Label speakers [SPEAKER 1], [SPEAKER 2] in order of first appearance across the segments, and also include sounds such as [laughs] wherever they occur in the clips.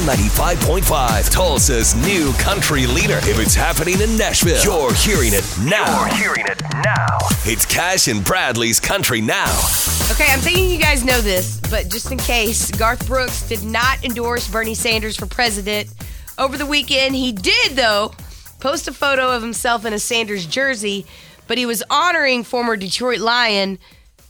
[SPEAKER 1] K95.5, Tulsa's new country leader. If it's happening in Nashville, you're hearing it now.
[SPEAKER 2] You're hearing it now.
[SPEAKER 1] It's Cash and Bradley's Country Now.
[SPEAKER 3] Okay, I'm thinking you guys know this, but just in case, Garth Brooks did not endorse Bernie Sanders for president over the weekend. He did, though, post a photo of himself in a Sanders jersey, but he was honoring former Detroit Lion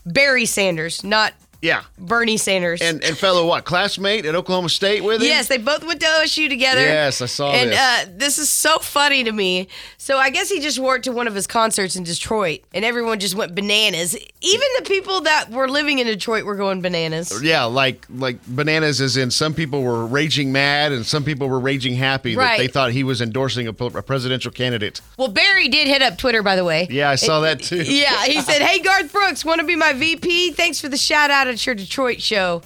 [SPEAKER 3] Barry Sanders, not
[SPEAKER 4] Yeah.
[SPEAKER 3] Bernie Sanders.
[SPEAKER 4] And and fellow what classmate at Oklahoma State with him?
[SPEAKER 3] Yes, they both went to OSU together.
[SPEAKER 4] Yes, I saw
[SPEAKER 3] and,
[SPEAKER 4] this.
[SPEAKER 3] uh, this is so funny to me. So I guess he just wore it to one of his concerts in Detroit, and everyone just went bananas. Even the people that were living in Detroit were going bananas.
[SPEAKER 4] Yeah, like like bananas is in some people were raging mad and some people were raging happy
[SPEAKER 3] Right.
[SPEAKER 4] that they thought he was endorsing a, po- a presidential candidate.
[SPEAKER 3] Well, Barry did hit up Twitter, by the way.
[SPEAKER 4] Yeah, I saw that too.
[SPEAKER 3] Yeah, he said, "Hey Garth Brooks, want to be my VP? Thanks for the shout out at your Detroit
[SPEAKER 4] [laughs]
[SPEAKER 3] show."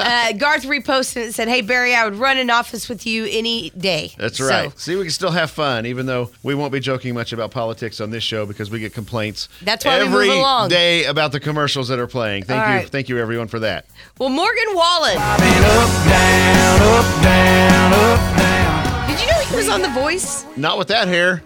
[SPEAKER 3] uh, Garth reposted it and said, "Hey Barry, I would run an office with you any day."
[SPEAKER 4] That's
[SPEAKER 3] So-
[SPEAKER 4] right. See, we can still have fun, even though we won't be joking much about politics on this show because we get complaints
[SPEAKER 3] That's why we move
[SPEAKER 4] every
[SPEAKER 3] along.
[SPEAKER 4] day about the commercials that are playing. Thank
[SPEAKER 3] All
[SPEAKER 4] you,
[SPEAKER 3] right.
[SPEAKER 4] thank you everyone for that.
[SPEAKER 3] Well, Morgan Wallen. Did you know he was on The Voice? [laughs]
[SPEAKER 4] Not with that hair.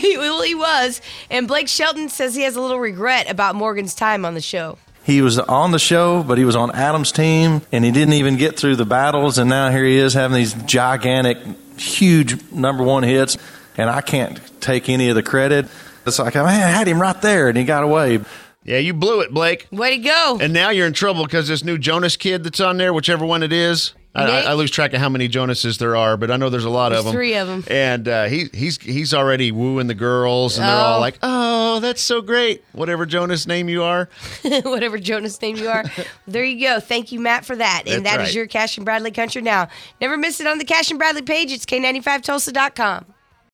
[SPEAKER 3] well, he was. And Blake Shelton says he has a little regret about Morgan's time on the show.
[SPEAKER 5] He was on the show, but he was on Adam's team, and he didn't even get through the battles. And now here he is having these gigantic, huge number one hits, and I can't take any of the credit. It's like, man, I had him right there, and he got away.
[SPEAKER 4] Yeah, you blew it, Blake.
[SPEAKER 3] Way to go.
[SPEAKER 4] And now you're in trouble because this new Jonas kid that's on there, whichever one it is. I, I,
[SPEAKER 3] Nick?
[SPEAKER 4] I lose track of how many Jonases there are, but I know there's a lot
[SPEAKER 3] There's
[SPEAKER 4] of them.
[SPEAKER 3] three of 'em.
[SPEAKER 4] And uh, he, he's he's already wooing the girls, and they're
[SPEAKER 3] Oh.
[SPEAKER 4] all like, "Oh, that's so great! Whatever Jonas name you are."
[SPEAKER 3] [laughs] Whatever Jonas name you
[SPEAKER 4] [laughs]
[SPEAKER 3] are. there you go. Thank you, Matt, for that. And
[SPEAKER 4] That's
[SPEAKER 3] that is
[SPEAKER 4] right.
[SPEAKER 3] your Cash and Bradley Country Now. Never miss it on the Cash and Bradley page. It's K95Tulsa.com.